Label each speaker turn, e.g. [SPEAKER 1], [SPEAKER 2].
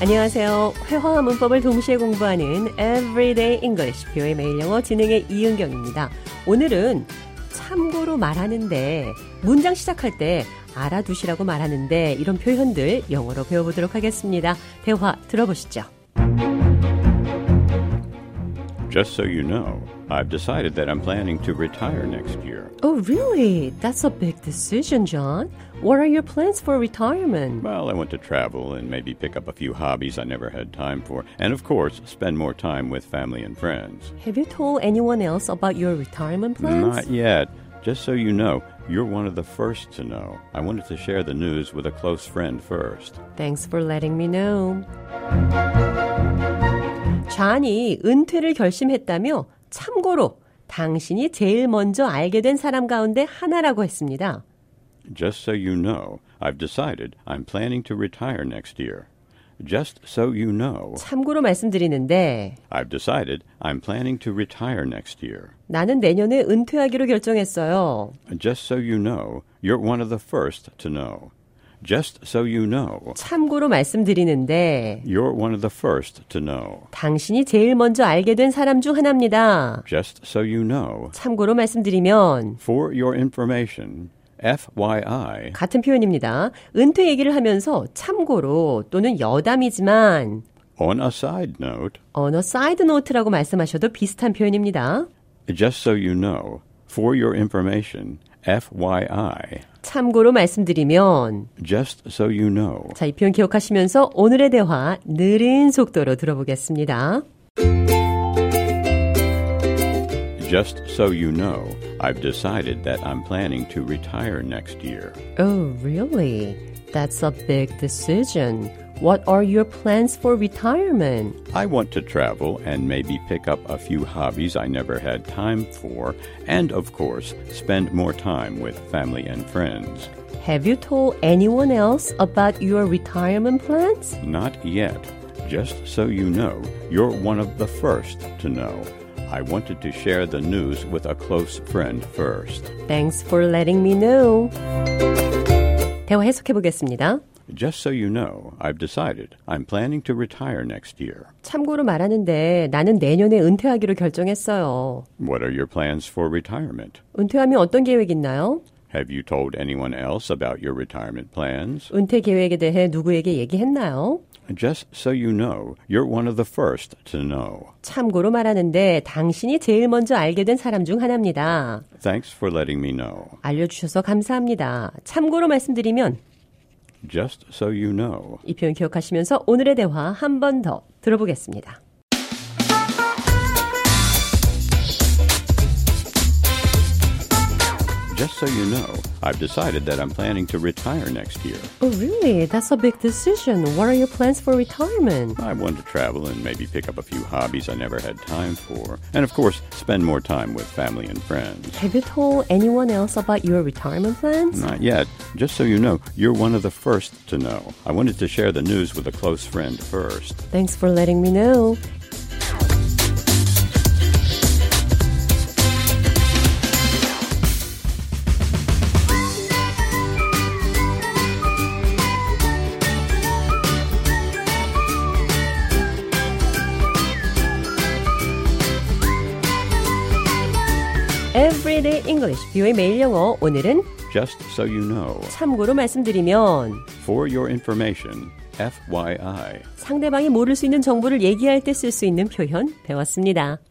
[SPEAKER 1] 안녕하세요. 회화와 문법을 동시에 공부하는 Everyday English, 뷰의 매일 영어 진행의 이은경입니다. 오늘은 참고로 말하는데, 문장 시작할 때 알아두시라고 말하는데, 이런 표현들 영어로 배워보도록 하겠습니다. 대화 들어보시죠.
[SPEAKER 2] Just so you know, I've decided that I'm planning to retire next year.
[SPEAKER 1] Oh, really? That's a big decision, John. What are your plans for retirement?
[SPEAKER 2] Well, I want to travel and maybe pick up a few hobbies I never had time for, and of course, spend more time with family and friends.
[SPEAKER 1] Have you told anyone else about your retirement plans?
[SPEAKER 2] Not yet. Just so you know, you're one of the first to know. I wanted to share the news with a close friend first.
[SPEAKER 1] Thanks for letting me know. 존이 은퇴를 결심했다며 참고로 당신이 제일 먼저 알게 된 사람 가운데 하나라고 했습니다.
[SPEAKER 2] Just so you know, I've decided I'm planning to retire next year. Just so you know,
[SPEAKER 1] 참고로 말씀드리는데
[SPEAKER 2] I've decided I'm planning to retire next year.
[SPEAKER 1] 나는 내년에 은퇴하기로 결정했어요.
[SPEAKER 2] Just so you know, you're one of the first to know. Just so you know,
[SPEAKER 1] 참고로 말씀드리는데
[SPEAKER 2] you're one of the first to know.
[SPEAKER 1] 당신이 제일 먼저 알게 된 사람 중 하나입니다.
[SPEAKER 2] Just so you know,
[SPEAKER 1] 참고로 말씀드리면
[SPEAKER 2] for your information, FYI,
[SPEAKER 1] 같은 표현입니다. 은퇴 얘기를 하면서 참고로 또는 여담이지만
[SPEAKER 2] on a side note,
[SPEAKER 1] 언어 사이드 노트라고 말씀하셔도 비슷한 표현입니다.
[SPEAKER 2] just so you know, for your information, FYI,
[SPEAKER 1] 참고로 말씀드리면
[SPEAKER 2] just so you know.
[SPEAKER 1] 자, 이 표현 기억하시면서 오늘의 대화 느린 속도로 들어보겠습니다.
[SPEAKER 2] Just so you know, I've decided that I'm planning to retire next year.
[SPEAKER 1] Oh, really? That's a big decision. What are your plans for retirement?
[SPEAKER 2] I want to travel and maybe pick up a few hobbies I never had time for, and of course, spend more time with family and friends.
[SPEAKER 1] Have you told anyone else about your retirement plans?
[SPEAKER 2] Not yet. Just so you know, you're one of the first to know. I wanted to share the news with a close friend first.
[SPEAKER 1] Thanks for letting me know. 대화 해석해 보겠습니다.
[SPEAKER 2] Just so you know, I've decided I'm planning to retire next year.
[SPEAKER 1] 참고로 말하는데 나는 내년에 은퇴하기로 결정했어요.
[SPEAKER 2] What are your plans for retirement?
[SPEAKER 1] 은퇴하면 어떤 계획 있나요?
[SPEAKER 2] Have you told anyone else about your retirement plans?
[SPEAKER 1] 은퇴 계획에 대해 누구에게 얘기했나요?
[SPEAKER 2] Just so you know, you're one of the first to know.
[SPEAKER 1] 참고로 말하는데 당신이 제일 먼저 알게 된 사람 중 하나입니다.
[SPEAKER 2] Thanks for letting me know.
[SPEAKER 1] 알려주셔서 감사합니다. 참고로 말씀드리면
[SPEAKER 2] Just so you know.
[SPEAKER 1] 이 표현 기억하시면서 오늘의 대화 한 번 더 들어보겠습니다.
[SPEAKER 2] Just so you know, I've decided that I'm planning to retire next year.
[SPEAKER 1] Oh, really? That's a big decision. What are your plans for retirement?
[SPEAKER 2] I want to travel and maybe pick up a few hobbies I never had time for, and of course, spend more time with family and friends.
[SPEAKER 1] Have you told anyone else about your retirement plans?
[SPEAKER 2] Not yet. Just so you know, you're one of the first to know. I wanted to share the news with a close friend first.
[SPEAKER 1] Thanks for letting me know. Everyday English, 뷰의 매일 영어. 오늘은
[SPEAKER 2] Just so you know.
[SPEAKER 1] 참고로 말씀드리면
[SPEAKER 2] For your information, FYI.
[SPEAKER 1] 상대방이 모를 수 있는 정보를 얘기할 때 쓸 수 있는 표현 배웠습니다.